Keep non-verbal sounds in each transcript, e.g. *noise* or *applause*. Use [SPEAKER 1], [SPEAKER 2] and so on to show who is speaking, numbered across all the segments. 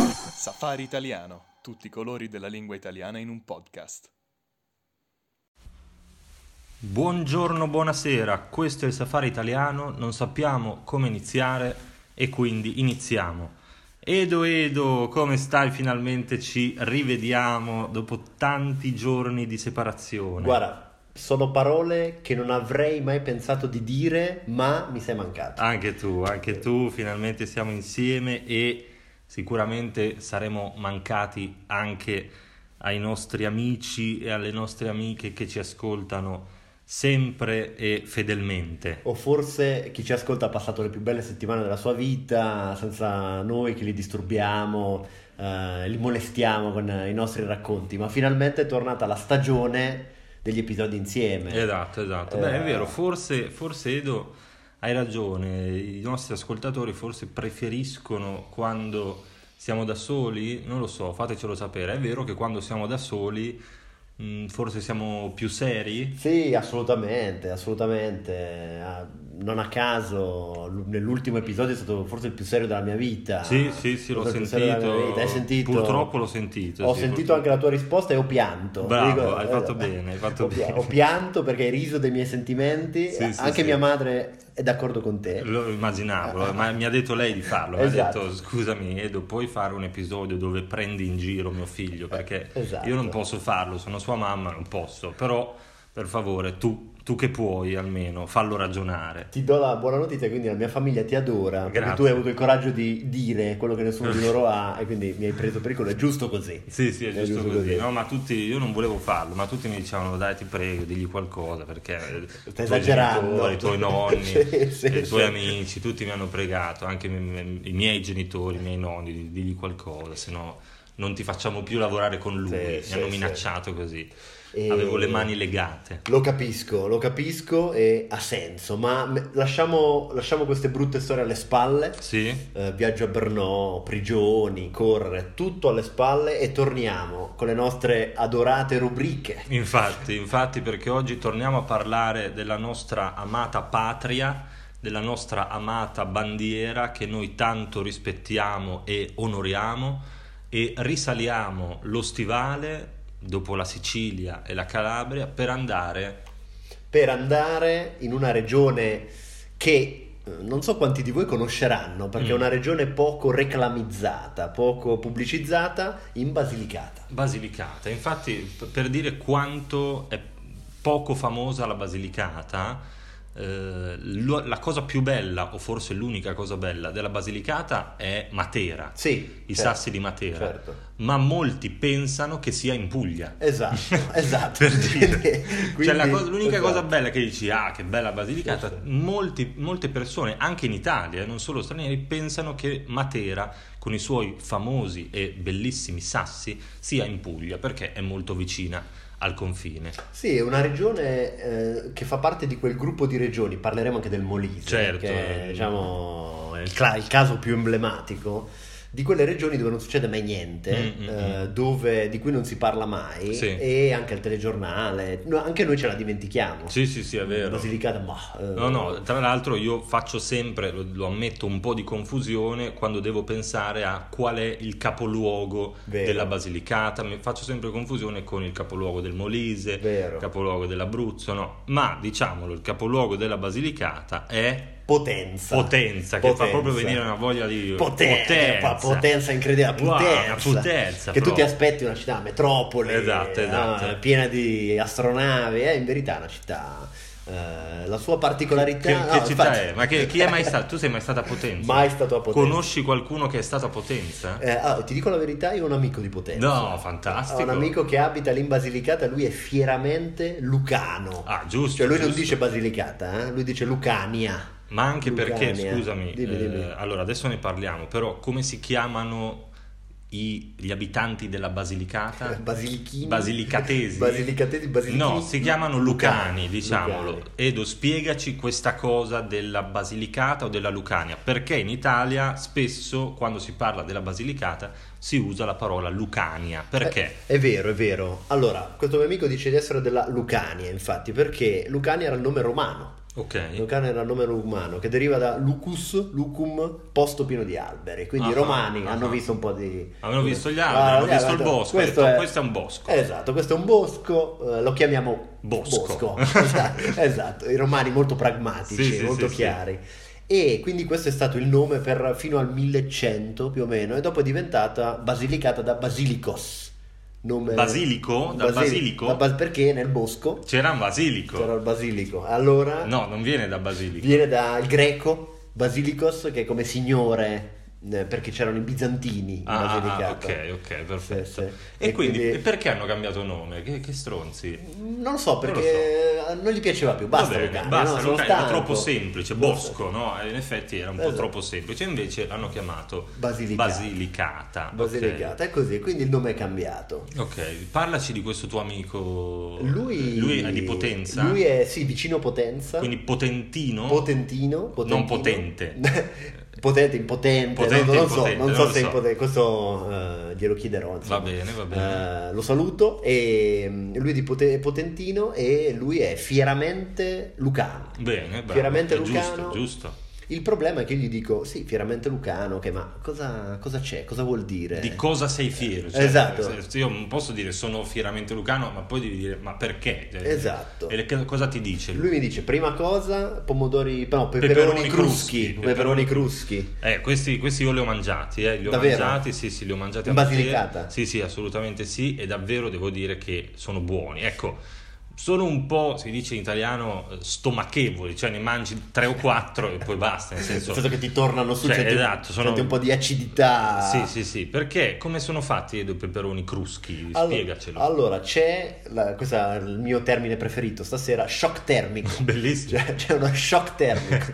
[SPEAKER 1] Safari Italiano, tutti i colori della lingua italiana in un podcast.
[SPEAKER 2] Buongiorno, buonasera, questo è il Safari Italiano, non sappiamo come iniziare e quindi iniziamo. Edo Edo, come stai? Finalmente ci rivediamo dopo tanti giorni di separazione.
[SPEAKER 3] Guarda, sono parole che non avrei mai pensato di dire, ma mi sei mancato.
[SPEAKER 2] Anche tu, anche tu, finalmente siamo insieme e sicuramente saremo mancati anche ai nostri amici e alle nostre amiche che ci ascoltano sempre e fedelmente.
[SPEAKER 3] O forse chi ci ascolta ha passato le più belle settimane della sua vita senza noi che li disturbiamo, eh, li molestiamo con i nostri racconti, ma finalmente è tornata la stagione degli episodi insieme.
[SPEAKER 2] Esatto, esatto. Beh,
[SPEAKER 3] Eh.
[SPEAKER 2] è vero, forse, forse Edo hai ragione, i nostri ascoltatori forse preferiscono quando siamo da soli, non lo so, fatecelo sapere. È vero che quando siamo da soli mh, forse siamo più seri,
[SPEAKER 3] Sì, assolutamente, assolutamente. Ah, Non a caso, l- nell'ultimo episodio è stato forse il più serio della mia vita.
[SPEAKER 2] Sì, sì, sì, l'ho
[SPEAKER 3] Ah, Forse il più serio della mia
[SPEAKER 2] sentito.
[SPEAKER 3] vita. Hai sentito?
[SPEAKER 2] Purtroppo l'ho sentito,
[SPEAKER 3] Ho
[SPEAKER 2] sì,
[SPEAKER 3] sentito
[SPEAKER 2] purtroppo.
[SPEAKER 3] anche la tua risposta e ho pianto. eh,
[SPEAKER 2] Bravo, hai fatto bene, hai
[SPEAKER 3] *laughs*
[SPEAKER 2] fatto
[SPEAKER 3] ho pia-
[SPEAKER 2] bene.
[SPEAKER 3] Ho pianto perché hai riso dei miei sentimenti.
[SPEAKER 2] Sì, sì,
[SPEAKER 3] anche
[SPEAKER 2] sì.
[SPEAKER 3] mia madre è d'accordo con te.
[SPEAKER 2] lo immaginavo, ma mi ha detto lei di farlo,
[SPEAKER 3] Eh, Esatto.
[SPEAKER 2] mi ha detto scusami Edo, puoi fare un episodio dove prendi in giro mio figlio perché
[SPEAKER 3] Esatto.
[SPEAKER 2] io non posso farlo, sono sua mamma, non posso, però per favore tu, tu che puoi almeno fallo ragionare.
[SPEAKER 3] Ti do la buona notizia, quindi la mia famiglia ti adora perché
[SPEAKER 2] Grazie.
[SPEAKER 3] tu hai avuto il coraggio di dire quello che nessuno di loro ha e quindi mi hai preso per il culo, è giusto così.
[SPEAKER 2] Sì, sì, è giusto
[SPEAKER 3] giusto
[SPEAKER 2] così.
[SPEAKER 3] così.
[SPEAKER 2] No, ma tutti, io non volevo farlo, ma tutti mi dicevano, dai, ti prego, digli qualcosa, perché i tuoi
[SPEAKER 3] esagerando.
[SPEAKER 2] genitori, i
[SPEAKER 3] *laughs*
[SPEAKER 2] tuoi nonni,
[SPEAKER 3] Sì, sì,
[SPEAKER 2] i tuoi
[SPEAKER 3] sì.
[SPEAKER 2] amici, tutti mi hanno pregato, anche mi- mi- i miei genitori, i miei nonni, di- digli qualcosa, se no non ti facciamo più lavorare con lui.
[SPEAKER 3] Sì,
[SPEAKER 2] mi
[SPEAKER 3] sì,
[SPEAKER 2] hanno
[SPEAKER 3] sì.
[SPEAKER 2] minacciato così.
[SPEAKER 3] E-
[SPEAKER 2] Avevo le mani legate.
[SPEAKER 3] Lo capisco, lo capisco e ha senso, ma me- lasciamo, lasciamo queste brutte storie alle spalle.
[SPEAKER 2] Sì?
[SPEAKER 3] Eh, viaggio a Brno, prigioni, correre, tutto alle spalle e torniamo con le nostre adorate rubriche.
[SPEAKER 2] Infatti, infatti, perché oggi torniamo a parlare della nostra amata patria, della nostra amata bandiera che noi tanto rispettiamo e onoriamo e risaliamo lo stivale dopo la Sicilia e la Calabria per andare
[SPEAKER 3] per andare in una regione che eh, non so quanti di voi conosceranno, perché è
[SPEAKER 2] Mm.
[SPEAKER 3] una regione poco reclamizzata, poco pubblicizzata, in Basilicata.
[SPEAKER 2] Basilicata. Infatti, p- per dire quanto è poco famosa la Basilicata, eh, lo- la cosa più bella, o forse l'unica cosa bella della Basilicata è Matera.
[SPEAKER 3] Sì,
[SPEAKER 2] i
[SPEAKER 3] certo,
[SPEAKER 2] sassi eh. di Matera,
[SPEAKER 3] certo.
[SPEAKER 2] ma molti pensano che sia in Puglia. *laughs*
[SPEAKER 3] Esatto, esatto.
[SPEAKER 2] Per dire.
[SPEAKER 3] *laughs* Quindi-
[SPEAKER 2] Cioè, la cosa- l'unica cosa
[SPEAKER 3] esatto. Certo.
[SPEAKER 2] bella che dici, ah, che bella Basilicata,
[SPEAKER 3] Sì, sì.
[SPEAKER 2] molti- molte persone, anche in Italia, eh, non solo stranieri, pensano che Matera, con i suoi famosi e bellissimi sassi, sia in Puglia, perché è molto vicina al confine.
[SPEAKER 3] Sì, è una regione eh, che fa parte di quel gruppo di regioni, parleremo anche del Molise,
[SPEAKER 2] Certo.
[SPEAKER 3] che è, diciamo, è il, cla- il caso più emblematico di quelle regioni dove non succede mai niente,
[SPEAKER 2] Mm, mm,
[SPEAKER 3] eh, dove- di cui non si parla mai
[SPEAKER 2] Sì.
[SPEAKER 3] e anche il telegiornale, no, anche noi ce la dimentichiamo.
[SPEAKER 2] Sì, sì, sì, è vero.
[SPEAKER 3] Basilicata, ma... eh,
[SPEAKER 2] No, no, tra l'altro io faccio sempre, lo, lo ammetto, un po' di confusione quando devo pensare a qual è il capoluogo
[SPEAKER 3] Vero.
[SPEAKER 2] della Basilicata, mi faccio sempre confusione con il capoluogo del Molise,
[SPEAKER 3] Vero.
[SPEAKER 2] il capoluogo dell'Abruzzo, no, ma diciamolo, il capoluogo della Basilicata è
[SPEAKER 3] Potenza.
[SPEAKER 2] Potenza, che fa proprio venire una voglia di
[SPEAKER 3] Potenza, pa- potenza incredibile, la
[SPEAKER 2] Wow,
[SPEAKER 3] potenza,
[SPEAKER 2] la potenza
[SPEAKER 3] che tu ti
[SPEAKER 2] proprio.
[SPEAKER 3] aspetti una città metropoli,
[SPEAKER 2] Esatto, esatto.
[SPEAKER 3] eh, piena di astronavi, è in verità è una città, eh, la sua
[SPEAKER 2] Che,
[SPEAKER 3] particolarità...
[SPEAKER 2] che
[SPEAKER 3] no,
[SPEAKER 2] città
[SPEAKER 3] infatti-
[SPEAKER 2] è? Ma che- chi è mai stato? Tu sei mai stata a Potenza?
[SPEAKER 3] Mai stato a Potenza.
[SPEAKER 2] Conosci qualcuno che è stato a Potenza?
[SPEAKER 3] Eh, ah, ti dico la verità, io ho un amico di Potenza.
[SPEAKER 2] No, fantastico.
[SPEAKER 3] Ho un amico che abita lì in Basilicata, lui è fieramente lucano.
[SPEAKER 2] Ah, giusto.
[SPEAKER 3] Cioè lui non
[SPEAKER 2] giusto.
[SPEAKER 3] dice Basilicata, eh, lui dice Lucania.
[SPEAKER 2] Ma anche perché,
[SPEAKER 3] Lucania.
[SPEAKER 2] scusami,
[SPEAKER 3] Dimmi,
[SPEAKER 2] eh,
[SPEAKER 3] dimmi.
[SPEAKER 2] allora adesso ne parliamo, però come si chiamano i- gli abitanti della Basilicata?
[SPEAKER 3] *laughs* Basilichini.
[SPEAKER 2] Ah, Basilicatesi.
[SPEAKER 3] Basilicatesi, basilichini.
[SPEAKER 2] No, si chiamano Lucani,
[SPEAKER 3] Lucani,
[SPEAKER 2] diciamolo.
[SPEAKER 3] Lucani.
[SPEAKER 2] Edo, spiegaci questa cosa della Basilicata o della Lucania, perché in Italia spesso quando si parla della Basilicata si usa la parola Lucania, perché?
[SPEAKER 3] Eh, È vero, è vero. Allora, questo mio amico dice di essere della Lucania, infatti, perché Lucania era il nome romano.
[SPEAKER 2] Ok.
[SPEAKER 3] Lucano era il nome romano che deriva da lucus, lucum, posto pieno di alberi. Quindi
[SPEAKER 2] Ah,
[SPEAKER 3] i romani
[SPEAKER 2] ah,
[SPEAKER 3] hanno
[SPEAKER 2] ah.
[SPEAKER 3] visto un po' di.
[SPEAKER 2] Avevano visto gli alberi,
[SPEAKER 3] Ah,
[SPEAKER 2] hanno
[SPEAKER 3] gli
[SPEAKER 2] visto il
[SPEAKER 3] alberi,
[SPEAKER 2] bosco,
[SPEAKER 3] questo
[SPEAKER 2] hanno detto, "Ah, "Questo è un bosco."
[SPEAKER 3] Esatto, questo è un bosco, eh, lo chiamiamo
[SPEAKER 2] Bosco.
[SPEAKER 3] bosco. *laughs* esatto, esatto, i romani molto pragmatici,
[SPEAKER 2] Sì, sì,
[SPEAKER 3] molto
[SPEAKER 2] sì, sì.
[SPEAKER 3] chiari. E quindi questo è stato il nome per, fino al 1100 più o meno, e dopo è diventata Basilicata da Basilicos. Nome...
[SPEAKER 2] Basilico? Da
[SPEAKER 3] Basili-
[SPEAKER 2] basilico?
[SPEAKER 3] da bas- perché nel bosco
[SPEAKER 2] C'era un basilico.
[SPEAKER 3] c'era il basilico. Allora
[SPEAKER 2] No, non viene da basilico.
[SPEAKER 3] Viene dal greco basilicos, che è come signore, eh, perché c'erano i bizantini in
[SPEAKER 2] Ah,
[SPEAKER 3] Basilicata.
[SPEAKER 2] ah, ok, ok, perfetto.
[SPEAKER 3] Sì, sì.
[SPEAKER 2] E,
[SPEAKER 3] E
[SPEAKER 2] quindi,
[SPEAKER 3] quindi-
[SPEAKER 2] perché hanno cambiato nome? Che, che stronzi.
[SPEAKER 3] Non lo so, perché eh, non gli piaceva più, basta
[SPEAKER 2] Va bene,
[SPEAKER 3] Lucania,
[SPEAKER 2] basta,
[SPEAKER 3] no? Sono
[SPEAKER 2] Lucania, era
[SPEAKER 3] stanco.
[SPEAKER 2] troppo semplice, bosco, no? Eh, In effetti era un po'
[SPEAKER 3] Esatto.
[SPEAKER 2] troppo semplice, invece l'hanno chiamato
[SPEAKER 3] Basilicata.
[SPEAKER 2] Basilicata. ok.
[SPEAKER 3] Basilicata, è così, quindi il nome è cambiato.
[SPEAKER 2] Ok, parlaci di questo tuo amico.
[SPEAKER 3] Lui,
[SPEAKER 2] è di Potenza.
[SPEAKER 3] Lui è, sì, vicino Potenza.
[SPEAKER 2] Quindi potentino.
[SPEAKER 3] Potentino, potentino.
[SPEAKER 2] Non potente.
[SPEAKER 3] *laughs* potente, impotente,
[SPEAKER 2] Potente,
[SPEAKER 3] non, non so,
[SPEAKER 2] impotente,
[SPEAKER 3] non
[SPEAKER 2] non
[SPEAKER 3] so
[SPEAKER 2] lo
[SPEAKER 3] se
[SPEAKER 2] so.
[SPEAKER 3] impotente, questo eh, glielo chiederò.
[SPEAKER 2] va
[SPEAKER 3] insomma.
[SPEAKER 2] bene, va bene.
[SPEAKER 3] Eh, lo saluto e mm, lui è di Pote- Potentino e lui è fieramente lucano.
[SPEAKER 2] bene, bravo.
[SPEAKER 3] fieramente
[SPEAKER 2] è giusto,
[SPEAKER 3] Lucano.
[SPEAKER 2] giusto.
[SPEAKER 3] Il problema è che io gli dico, sì, fieramente lucano, che ma cosa, cosa c'è? Cosa vuol dire?
[SPEAKER 2] Di cosa sei fiero? Cioè,
[SPEAKER 3] Eh. Esatto.
[SPEAKER 2] se- se Io non posso dire sono fieramente lucano, ma poi devi dire ma perché? Cioè,
[SPEAKER 3] Esatto.
[SPEAKER 2] E le- che- cosa ti dice lui?
[SPEAKER 3] Lui mi dice, prima cosa, pomodori, no,
[SPEAKER 2] Peperoni
[SPEAKER 3] peperoni, cruschi,
[SPEAKER 2] cruschi, peperoni
[SPEAKER 3] peperoni cruschi.
[SPEAKER 2] Eh, questi, questi io li ho mangiati, eh, li ho
[SPEAKER 3] Davvero?
[SPEAKER 2] mangiati, sì, sì, li ho mangiati.
[SPEAKER 3] In
[SPEAKER 2] a Matera.
[SPEAKER 3] Basilicata?
[SPEAKER 2] Sì, sì, assolutamente sì, e davvero devo dire che sono buoni. Ecco, sono un po', si dice in italiano, eh, stomachevoli, cioè ne mangi tre o quattro e poi basta, nel
[SPEAKER 3] *laughs*
[SPEAKER 2] senso...
[SPEAKER 3] Nel senso che ti tornano su,
[SPEAKER 2] Cioè,
[SPEAKER 3] senti,
[SPEAKER 2] esatto, sono- Ah.
[SPEAKER 3] senti un po' di Ah. acidità.
[SPEAKER 2] Sì, sì, sì, perché come sono fatti i peperoni cruschi?
[SPEAKER 3] Allora-
[SPEAKER 2] Spiegacelo.
[SPEAKER 3] Allora, c'è, la- questo è il mio termine preferito stasera, shock termico.
[SPEAKER 2] *laughs* Bellissimo.
[SPEAKER 3] Cioè, c'è uno shock
[SPEAKER 2] *laughs*
[SPEAKER 3] termico,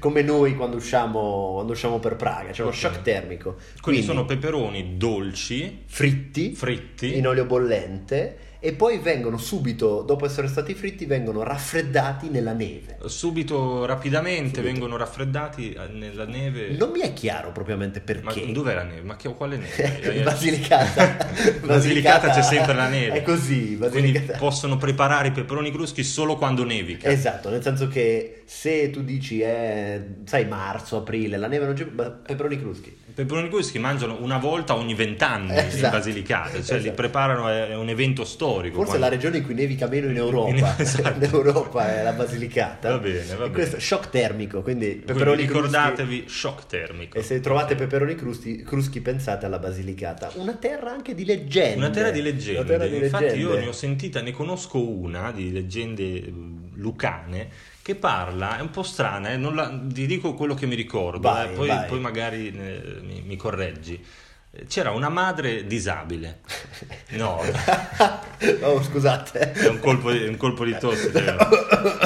[SPEAKER 3] come noi quando usciamo, quando usciamo per Praga, c'è uno
[SPEAKER 2] Ok.
[SPEAKER 3] shock termico.
[SPEAKER 2] Quindi sono peperoni dolci,
[SPEAKER 3] fritti,
[SPEAKER 2] fritti,
[SPEAKER 3] in olio bollente e poi vengono subito, dopo essere stati fritti, vengono raffreddati nella neve.
[SPEAKER 2] subito, rapidamente, vengono raffreddati eh, nella neve.
[SPEAKER 3] Non mi è chiaro propriamente perché.
[SPEAKER 2] Ma dov'è la neve? Ma che, quale
[SPEAKER 3] *laughs*
[SPEAKER 2] neve?
[SPEAKER 3] In Basilicata.
[SPEAKER 2] *laughs* Basilicata c'è sempre la neve.
[SPEAKER 3] È così,
[SPEAKER 2] Quindi
[SPEAKER 3] Basilicata.
[SPEAKER 2] possono preparare i peperoni cruschi solo quando nevica.
[SPEAKER 3] Esatto, nel senso che se tu dici è, sai, marzo, aprile, la neve non c'è, ma peperoni cruschi.
[SPEAKER 2] I peperoni cruschi mangiano una volta ogni vent'anni in
[SPEAKER 3] Esatto.
[SPEAKER 2] Basilicata, cioè li
[SPEAKER 3] Esatto.
[SPEAKER 2] preparano, è è un evento storico.
[SPEAKER 3] Forse è
[SPEAKER 2] quando-
[SPEAKER 3] la regione in cui nevica meno in Europa.
[SPEAKER 2] In- *laughs* esatto.
[SPEAKER 3] L'Europa è la Basilicata.
[SPEAKER 2] Va bene, va
[SPEAKER 3] E
[SPEAKER 2] bene.
[SPEAKER 3] questo è shock termico, quindi
[SPEAKER 2] Quindi
[SPEAKER 3] peperoni cruschi.
[SPEAKER 2] ricordatevi, shock termico.
[SPEAKER 3] E se trovate peperoni crusti- cruschi, pensate alla Basilicata. Una terra anche di leggende.
[SPEAKER 2] Una terra di
[SPEAKER 3] Una
[SPEAKER 2] leggende.
[SPEAKER 3] terra di
[SPEAKER 2] Infatti, io
[SPEAKER 3] leggende.
[SPEAKER 2] ne ho sentita, ne conosco una di leggende eh, lucane che parla, è un po' strana, eh, non la- ti dico quello che mi ricordo,
[SPEAKER 3] Vai,
[SPEAKER 2] eh, poi,
[SPEAKER 3] vai.
[SPEAKER 2] poi magari eh, mi, mi correggi. Eh, C'era una madre
[SPEAKER 3] *laughs*
[SPEAKER 2] disabile. No,
[SPEAKER 3] oh, scusate.
[SPEAKER 2] è un colpo di, un colpo di tosse. cioè.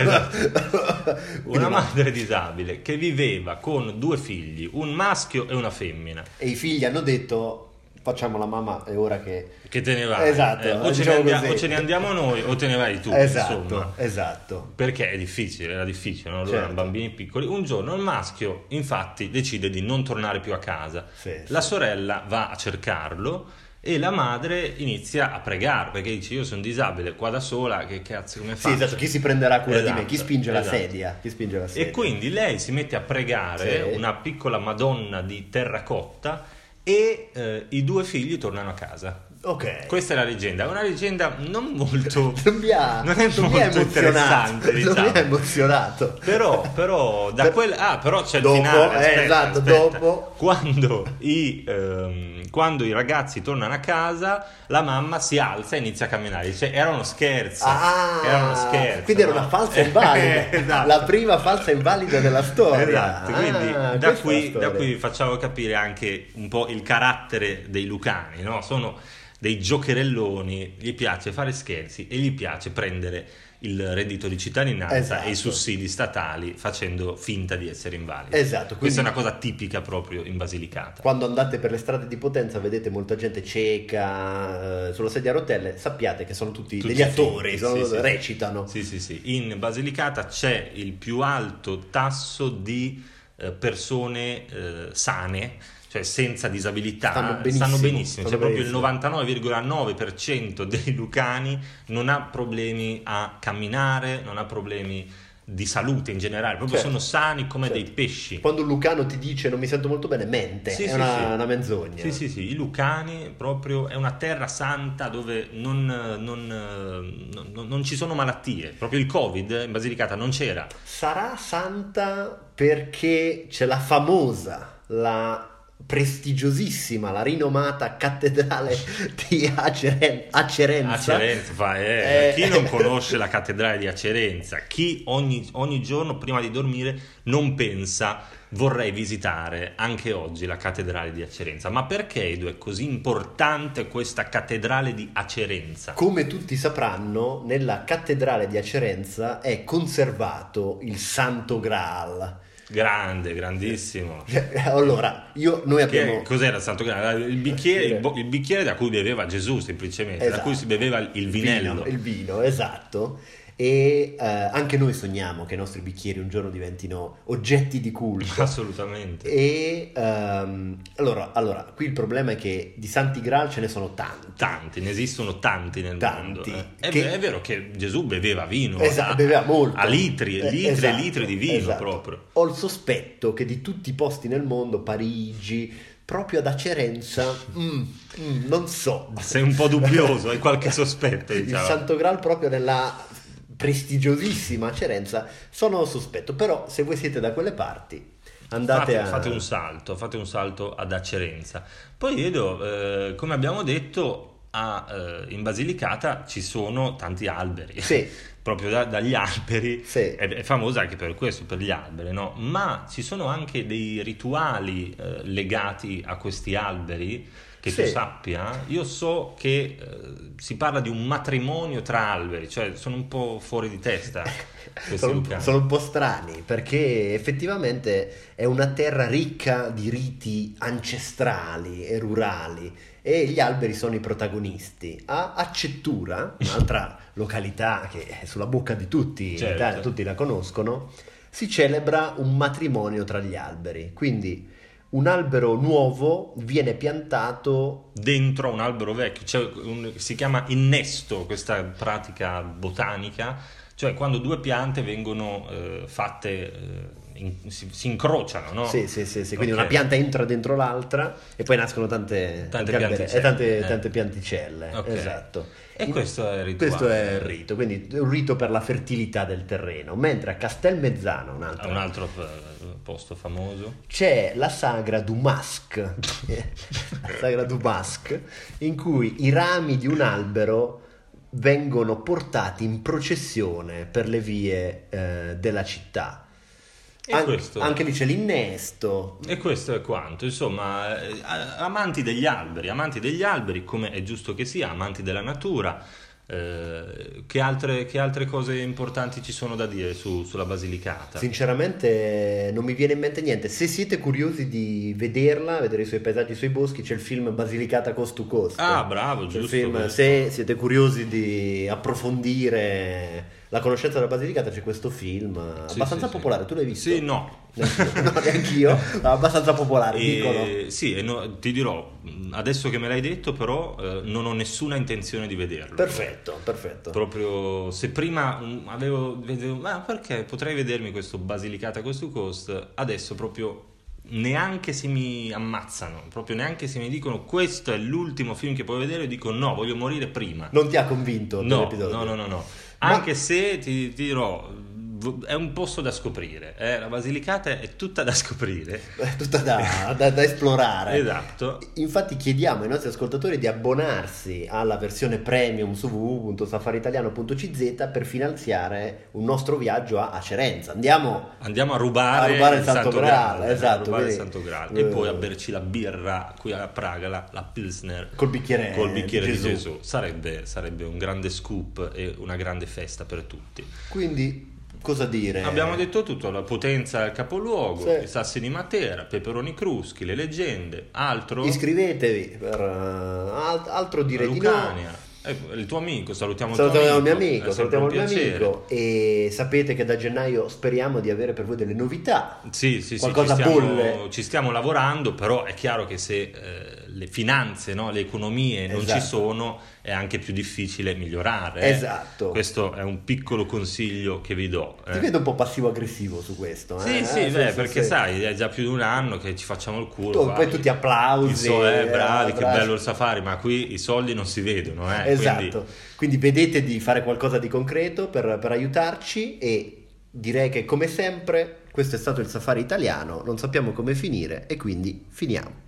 [SPEAKER 2] Esatto. Una madre disabile che viveva con due figli, un maschio e una femmina.
[SPEAKER 3] E i figli hanno detto, facciamo la mamma, è ora che...
[SPEAKER 2] Che te ne vai?
[SPEAKER 3] Esatto,
[SPEAKER 2] Eh, o, ce ne
[SPEAKER 3] diciamo
[SPEAKER 2] andia-
[SPEAKER 3] così.
[SPEAKER 2] o ce ne andiamo noi o te ne vai tu.
[SPEAKER 3] esatto,
[SPEAKER 2] Insomma.
[SPEAKER 3] esatto.
[SPEAKER 2] Perché è difficile, era difficile, no? loro
[SPEAKER 3] Certo.
[SPEAKER 2] erano bambini piccoli. Un giorno il maschio, infatti, decide di non tornare più a casa.
[SPEAKER 3] Sì,
[SPEAKER 2] La
[SPEAKER 3] sì.
[SPEAKER 2] sorella va a cercarlo e la madre inizia a pregare perché dice: Io sono disabile qua da sola, che cazzo come
[SPEAKER 3] Sì,
[SPEAKER 2] faccio?
[SPEAKER 3] esatto, chi si prenderà cura di
[SPEAKER 2] Esatto,
[SPEAKER 3] me? Chi spinge la
[SPEAKER 2] esatto.
[SPEAKER 3] sedia? Chi spinge la sedia?
[SPEAKER 2] E quindi lei si mette a pregare
[SPEAKER 3] Sì.
[SPEAKER 2] una piccola Madonna di terracotta e eh, i due figli tornano a casa.
[SPEAKER 3] Ok.
[SPEAKER 2] Questa è la leggenda, è una leggenda non molto...
[SPEAKER 3] Eh. *laughs* Non mi ha,
[SPEAKER 2] non è
[SPEAKER 3] non mi ha
[SPEAKER 2] molto interessante,
[SPEAKER 3] emozionato. Non mi ha
[SPEAKER 2] diciamo.
[SPEAKER 3] emozionato.
[SPEAKER 2] Però, però, da
[SPEAKER 3] Per-
[SPEAKER 2] quel... Ah, però c'è il
[SPEAKER 3] Dopo,
[SPEAKER 2] finale,
[SPEAKER 3] eh,
[SPEAKER 2] aspetta,
[SPEAKER 3] esatto,
[SPEAKER 2] aspetta.
[SPEAKER 3] dopo.
[SPEAKER 2] Quando i, ehm, quando i ragazzi tornano a casa, la mamma si alza e inizia a camminare. Cioè, era uno scherzo.
[SPEAKER 3] Ah,
[SPEAKER 2] era uno scherzo.
[SPEAKER 3] quindi era
[SPEAKER 2] no?
[SPEAKER 3] una falsa invalida,
[SPEAKER 2] Eh, *laughs* esatto.
[SPEAKER 3] la prima falsa invalida della storia.
[SPEAKER 2] Esatto,
[SPEAKER 3] Ah,
[SPEAKER 2] quindi
[SPEAKER 3] questa
[SPEAKER 2] da
[SPEAKER 3] è la
[SPEAKER 2] qui,
[SPEAKER 3] storia.
[SPEAKER 2] da qui facciamo capire anche un po' il carattere dei lucani, no? Sono dei giocherelloni, gli piace fare scherzi e gli piace prendere il reddito di cittadinanza
[SPEAKER 3] Esatto.
[SPEAKER 2] e i sussidi statali facendo finta di essere invalidi.
[SPEAKER 3] Esatto, quindi-
[SPEAKER 2] Questa è una cosa tipica proprio in Basilicata.
[SPEAKER 3] Quando andate per le strade di Potenza vedete molta gente cieca eh, sulla sedia a rotelle, sappiate che sono tutti,
[SPEAKER 2] Tutti
[SPEAKER 3] degli attori,
[SPEAKER 2] finti,
[SPEAKER 3] sono-
[SPEAKER 2] sì, sì.
[SPEAKER 3] recitano.
[SPEAKER 2] Sì, sì, sì. In Basilicata c'è il più alto tasso di eh, persone eh, sane, cioè senza disabilità,
[SPEAKER 3] Stanno benissimo,
[SPEAKER 2] benissimo.
[SPEAKER 3] stanno
[SPEAKER 2] Cioè,
[SPEAKER 3] benissimo.
[SPEAKER 2] proprio il 99,9% dei lucani non ha problemi a camminare, non ha problemi di salute in generale, proprio
[SPEAKER 3] Certo.
[SPEAKER 2] sono sani come
[SPEAKER 3] Certo.
[SPEAKER 2] dei pesci.
[SPEAKER 3] Quando un Lucano ti dice non mi sento molto bene, mente,
[SPEAKER 2] Sì,
[SPEAKER 3] è
[SPEAKER 2] sì,
[SPEAKER 3] una,
[SPEAKER 2] sì.
[SPEAKER 3] una menzogna.
[SPEAKER 2] Sì, sì, sì, i Lucani proprio è una terra santa dove non, non, eh, non- non ci sono malattie, proprio il Covid in Basilicata non c'era.
[SPEAKER 3] Sarà santa perché c'è la famosa, la prestigiosissima, la
[SPEAKER 2] *laughs*
[SPEAKER 3] rinomata cattedrale di Aceren- Acerenza.
[SPEAKER 2] Acerenza, fa, eh,
[SPEAKER 3] *laughs* Eh.
[SPEAKER 2] chi non conosce la cattedrale di Acerenza? Chi ogni, ogni giorno prima di dormire non pensa vorrei visitare anche oggi la cattedrale di Acerenza? Ma perché Edo è così importante questa cattedrale di Acerenza?
[SPEAKER 3] Come tutti sapranno, nella cattedrale di Acerenza è conservato il Santo Graal. *laughs*
[SPEAKER 2] Grande, grandissimo.
[SPEAKER 3] Allora, io, noi
[SPEAKER 2] Che-
[SPEAKER 3] abbiamo...
[SPEAKER 2] cos'era il Santo Graal? Il bicchiere, il bo- il bicchiere da cui beveva Gesù, semplicemente, da
[SPEAKER 3] Esatto.
[SPEAKER 2] cui si beveva il vinello.
[SPEAKER 3] Vino, il vino, esatto. E eh, anche noi sogniamo che i nostri bicchieri un giorno diventino oggetti di culto.
[SPEAKER 2] *laughs* Assolutamente.
[SPEAKER 3] E ehm, allora, allora, qui il problema è che di Santi Graal ce ne sono tanti.
[SPEAKER 2] Tanti, ne esistono tanti nel
[SPEAKER 3] Tanti,
[SPEAKER 2] mondo. eh. È,
[SPEAKER 3] che-
[SPEAKER 2] ve- è vero che Gesù beveva vino
[SPEAKER 3] Esatto,
[SPEAKER 2] a,
[SPEAKER 3] beveva molto.
[SPEAKER 2] a litri e
[SPEAKER 3] Eh,
[SPEAKER 2] litri e
[SPEAKER 3] esatto,
[SPEAKER 2] litri di vino
[SPEAKER 3] esatto.
[SPEAKER 2] proprio.
[SPEAKER 3] Ho il sospetto che di tutti i posti nel mondo, Parigi, proprio
[SPEAKER 2] *laughs*
[SPEAKER 3] ad Acerenza, mm, mm, non so.
[SPEAKER 2] Sei un po' dubbioso, hai qualche sospetto,
[SPEAKER 3] *laughs* Il
[SPEAKER 2] diciamo.
[SPEAKER 3] Santo Graal proprio nella prestigiosissima Acerenza sono sospetto, però se voi siete da quelle parti andate
[SPEAKER 2] Fate,
[SPEAKER 3] a...
[SPEAKER 2] fate un salto, fate un salto ad Acerenza. Poi Edo, eh, come abbiamo detto, a, eh, in Basilicata ci sono tanti alberi.
[SPEAKER 3] Sì,
[SPEAKER 2] *laughs* proprio da- dagli alberi.
[SPEAKER 3] sì.
[SPEAKER 2] È, è famosa anche per questo, per gli alberi, no? Ma ci sono anche dei rituali eh, legati a questi alberi. Che tu
[SPEAKER 3] Sì.
[SPEAKER 2] sappia, io so che eh, si parla di un matrimonio tra alberi, cioè sono un po' fuori di testa questi
[SPEAKER 3] Sono,
[SPEAKER 2] lucani.
[SPEAKER 3] sono un po' strani perché effettivamente è una terra ricca di riti ancestrali e rurali e gli alberi sono i protagonisti. A Accettura, un'altra località che è sulla bocca di tutti, in
[SPEAKER 2] Certo.
[SPEAKER 3] Italia, tutti la conoscono, si celebra un matrimonio tra gli alberi. Quindi un albero nuovo viene piantato
[SPEAKER 2] Dentro un albero vecchio, c'è un- si chiama innesto questa pratica botanica, cioè quando due piante vengono eh, fatte, eh, in- si, si incrociano, no?
[SPEAKER 3] Sì, sì, sì, sì. Quindi
[SPEAKER 2] Oh. Ok.
[SPEAKER 3] una pianta entra dentro l'altra e poi nascono tante,
[SPEAKER 2] Tante
[SPEAKER 3] gambere-
[SPEAKER 2] pianticelle,
[SPEAKER 3] eh, tante,
[SPEAKER 2] eh.
[SPEAKER 3] tante pianticelle.
[SPEAKER 2] Ok.
[SPEAKER 3] Esatto.
[SPEAKER 2] E
[SPEAKER 3] In-
[SPEAKER 2] questo è il rituale.
[SPEAKER 3] Questo è il rito, quindi è un rito per la fertilità del terreno. Mentre a Castelmezzano, un altro,
[SPEAKER 2] A un altro eh, posto famoso.
[SPEAKER 3] c'è la sagra du Masque, *laughs* la sagra du Masque, in cui i rami di un albero vengono portati in processione per le vie eh, della città.
[SPEAKER 2] E
[SPEAKER 3] An-
[SPEAKER 2] questo?
[SPEAKER 3] Anche lì c'è l'innesto,
[SPEAKER 2] E questo è quanto, insomma, eh, a- amanti degli alberi, amanti degli alberi, come è giusto che sia, amanti della natura. eh, che, altre, che altre cose importanti ci sono da dire su- sulla Basilicata?
[SPEAKER 3] Sinceramente non mi viene in mente niente. Se siete curiosi di vederla, vedere i suoi paesaggi, i suoi boschi, c'è il film Basilicata Cost to Cost.
[SPEAKER 2] Ah, bravo,
[SPEAKER 3] C'è il
[SPEAKER 2] giusto.
[SPEAKER 3] Cioè, film-
[SPEAKER 2] questo.
[SPEAKER 3] se siete curiosi di approfondire la conoscenza della Basilicata, c'è questo film
[SPEAKER 2] Sì,
[SPEAKER 3] abbastanza
[SPEAKER 2] sì, sì.
[SPEAKER 3] popolare. Tu l'hai visto?
[SPEAKER 2] Sì, no.
[SPEAKER 3] Neanch'io, *laughs* no, neanch'io, ma abbastanza popolare, piccolo.
[SPEAKER 2] E, sì, e no, ti dirò, mh, adesso che me l'hai detto, però eh, non ho nessuna intenzione di vederlo.
[SPEAKER 3] Perfetto, perfetto.
[SPEAKER 2] Proprio se prima mm, avevo, vedevo, ma perché potrei vedermi questo Basilicata cost to cost, adesso proprio neanche se mi ammazzano, proprio neanche se mi dicono questo è l'ultimo film che puoi vedere, io dico no, voglio morire prima.
[SPEAKER 3] Non ti ha convinto
[SPEAKER 2] No,
[SPEAKER 3] l'episodio?
[SPEAKER 2] no, no, no, no.
[SPEAKER 3] Ma-
[SPEAKER 2] Anche se ti, ti dirò, v- è un posto da scoprire, eh, la Basilicata è tutta da scoprire.
[SPEAKER 3] *laughs* È tutta da, da- da esplorare.
[SPEAKER 2] Esatto.
[SPEAKER 3] Infatti chiediamo ai nostri ascoltatori di abbonarsi alla versione premium su www.safariitaliano.cz per finanziare un nostro viaggio a Acerenza. Andiamo
[SPEAKER 2] Andiamo a rubare,
[SPEAKER 3] A rubare il Santo Graal,
[SPEAKER 2] eh,
[SPEAKER 3] esatto,
[SPEAKER 2] a rubare il
[SPEAKER 3] quindi,
[SPEAKER 2] Santo Graal
[SPEAKER 3] eh,
[SPEAKER 2] e poi a berci la birra qui a Praga, la, la Pilsner
[SPEAKER 3] col bicchiere,
[SPEAKER 2] col bicchiere
[SPEAKER 3] di Gesù.
[SPEAKER 2] Sarebbe, sarebbe un grande scoop e una grande festa per tutti.
[SPEAKER 3] Quindi cosa dire?
[SPEAKER 2] Abbiamo detto tutto, la potenza del capoluogo,
[SPEAKER 3] Eh. Sì.
[SPEAKER 2] i sassi di Matera, Peperoni Cruschi, le leggende, altro
[SPEAKER 3] Iscrivetevi per eh, alt- altro dire di no.
[SPEAKER 2] Lucania. Eh, il tuo amico, salutiamo,
[SPEAKER 3] Salutiamo
[SPEAKER 2] il
[SPEAKER 3] il mio
[SPEAKER 2] tuo amico.
[SPEAKER 3] amico,
[SPEAKER 2] è sempre
[SPEAKER 3] salutiamo
[SPEAKER 2] un
[SPEAKER 3] il mio
[SPEAKER 2] piacere.
[SPEAKER 3] amico e sapete che da gennaio speriamo di avere per voi delle novità.
[SPEAKER 2] Sì, sì, sì,
[SPEAKER 3] Qualcosa
[SPEAKER 2] ci stiamo,
[SPEAKER 3] bolle.
[SPEAKER 2] ci stiamo lavorando, però è chiaro che se eh, le finanze, no? le economie non
[SPEAKER 3] Esatto.
[SPEAKER 2] ci sono, è anche più difficile migliorare. eh.
[SPEAKER 3] Esatto.
[SPEAKER 2] Questo è un piccolo consiglio che vi do. eh.
[SPEAKER 3] Ti vedo un po' passivo-aggressivo su questo.
[SPEAKER 2] Sì,
[SPEAKER 3] eh?
[SPEAKER 2] sì,
[SPEAKER 3] Eh,
[SPEAKER 2] beh,
[SPEAKER 3] sì,
[SPEAKER 2] perché
[SPEAKER 3] sì.
[SPEAKER 2] sai, è già più di un anno che ci facciamo il culo.
[SPEAKER 3] Tu-
[SPEAKER 2] qua.
[SPEAKER 3] poi tutti applausi,
[SPEAKER 2] I so- eh, bravi,
[SPEAKER 3] eh,
[SPEAKER 2] che
[SPEAKER 3] bravi.
[SPEAKER 2] bello il safari, ma qui i soldi non si vedono. Eh,
[SPEAKER 3] esatto.
[SPEAKER 2] quindi-
[SPEAKER 3] Quindi... vedete di fare qualcosa di concreto per, per aiutarci e direi che come sempre questo è stato il safari italiano, non sappiamo come finire e quindi finiamo.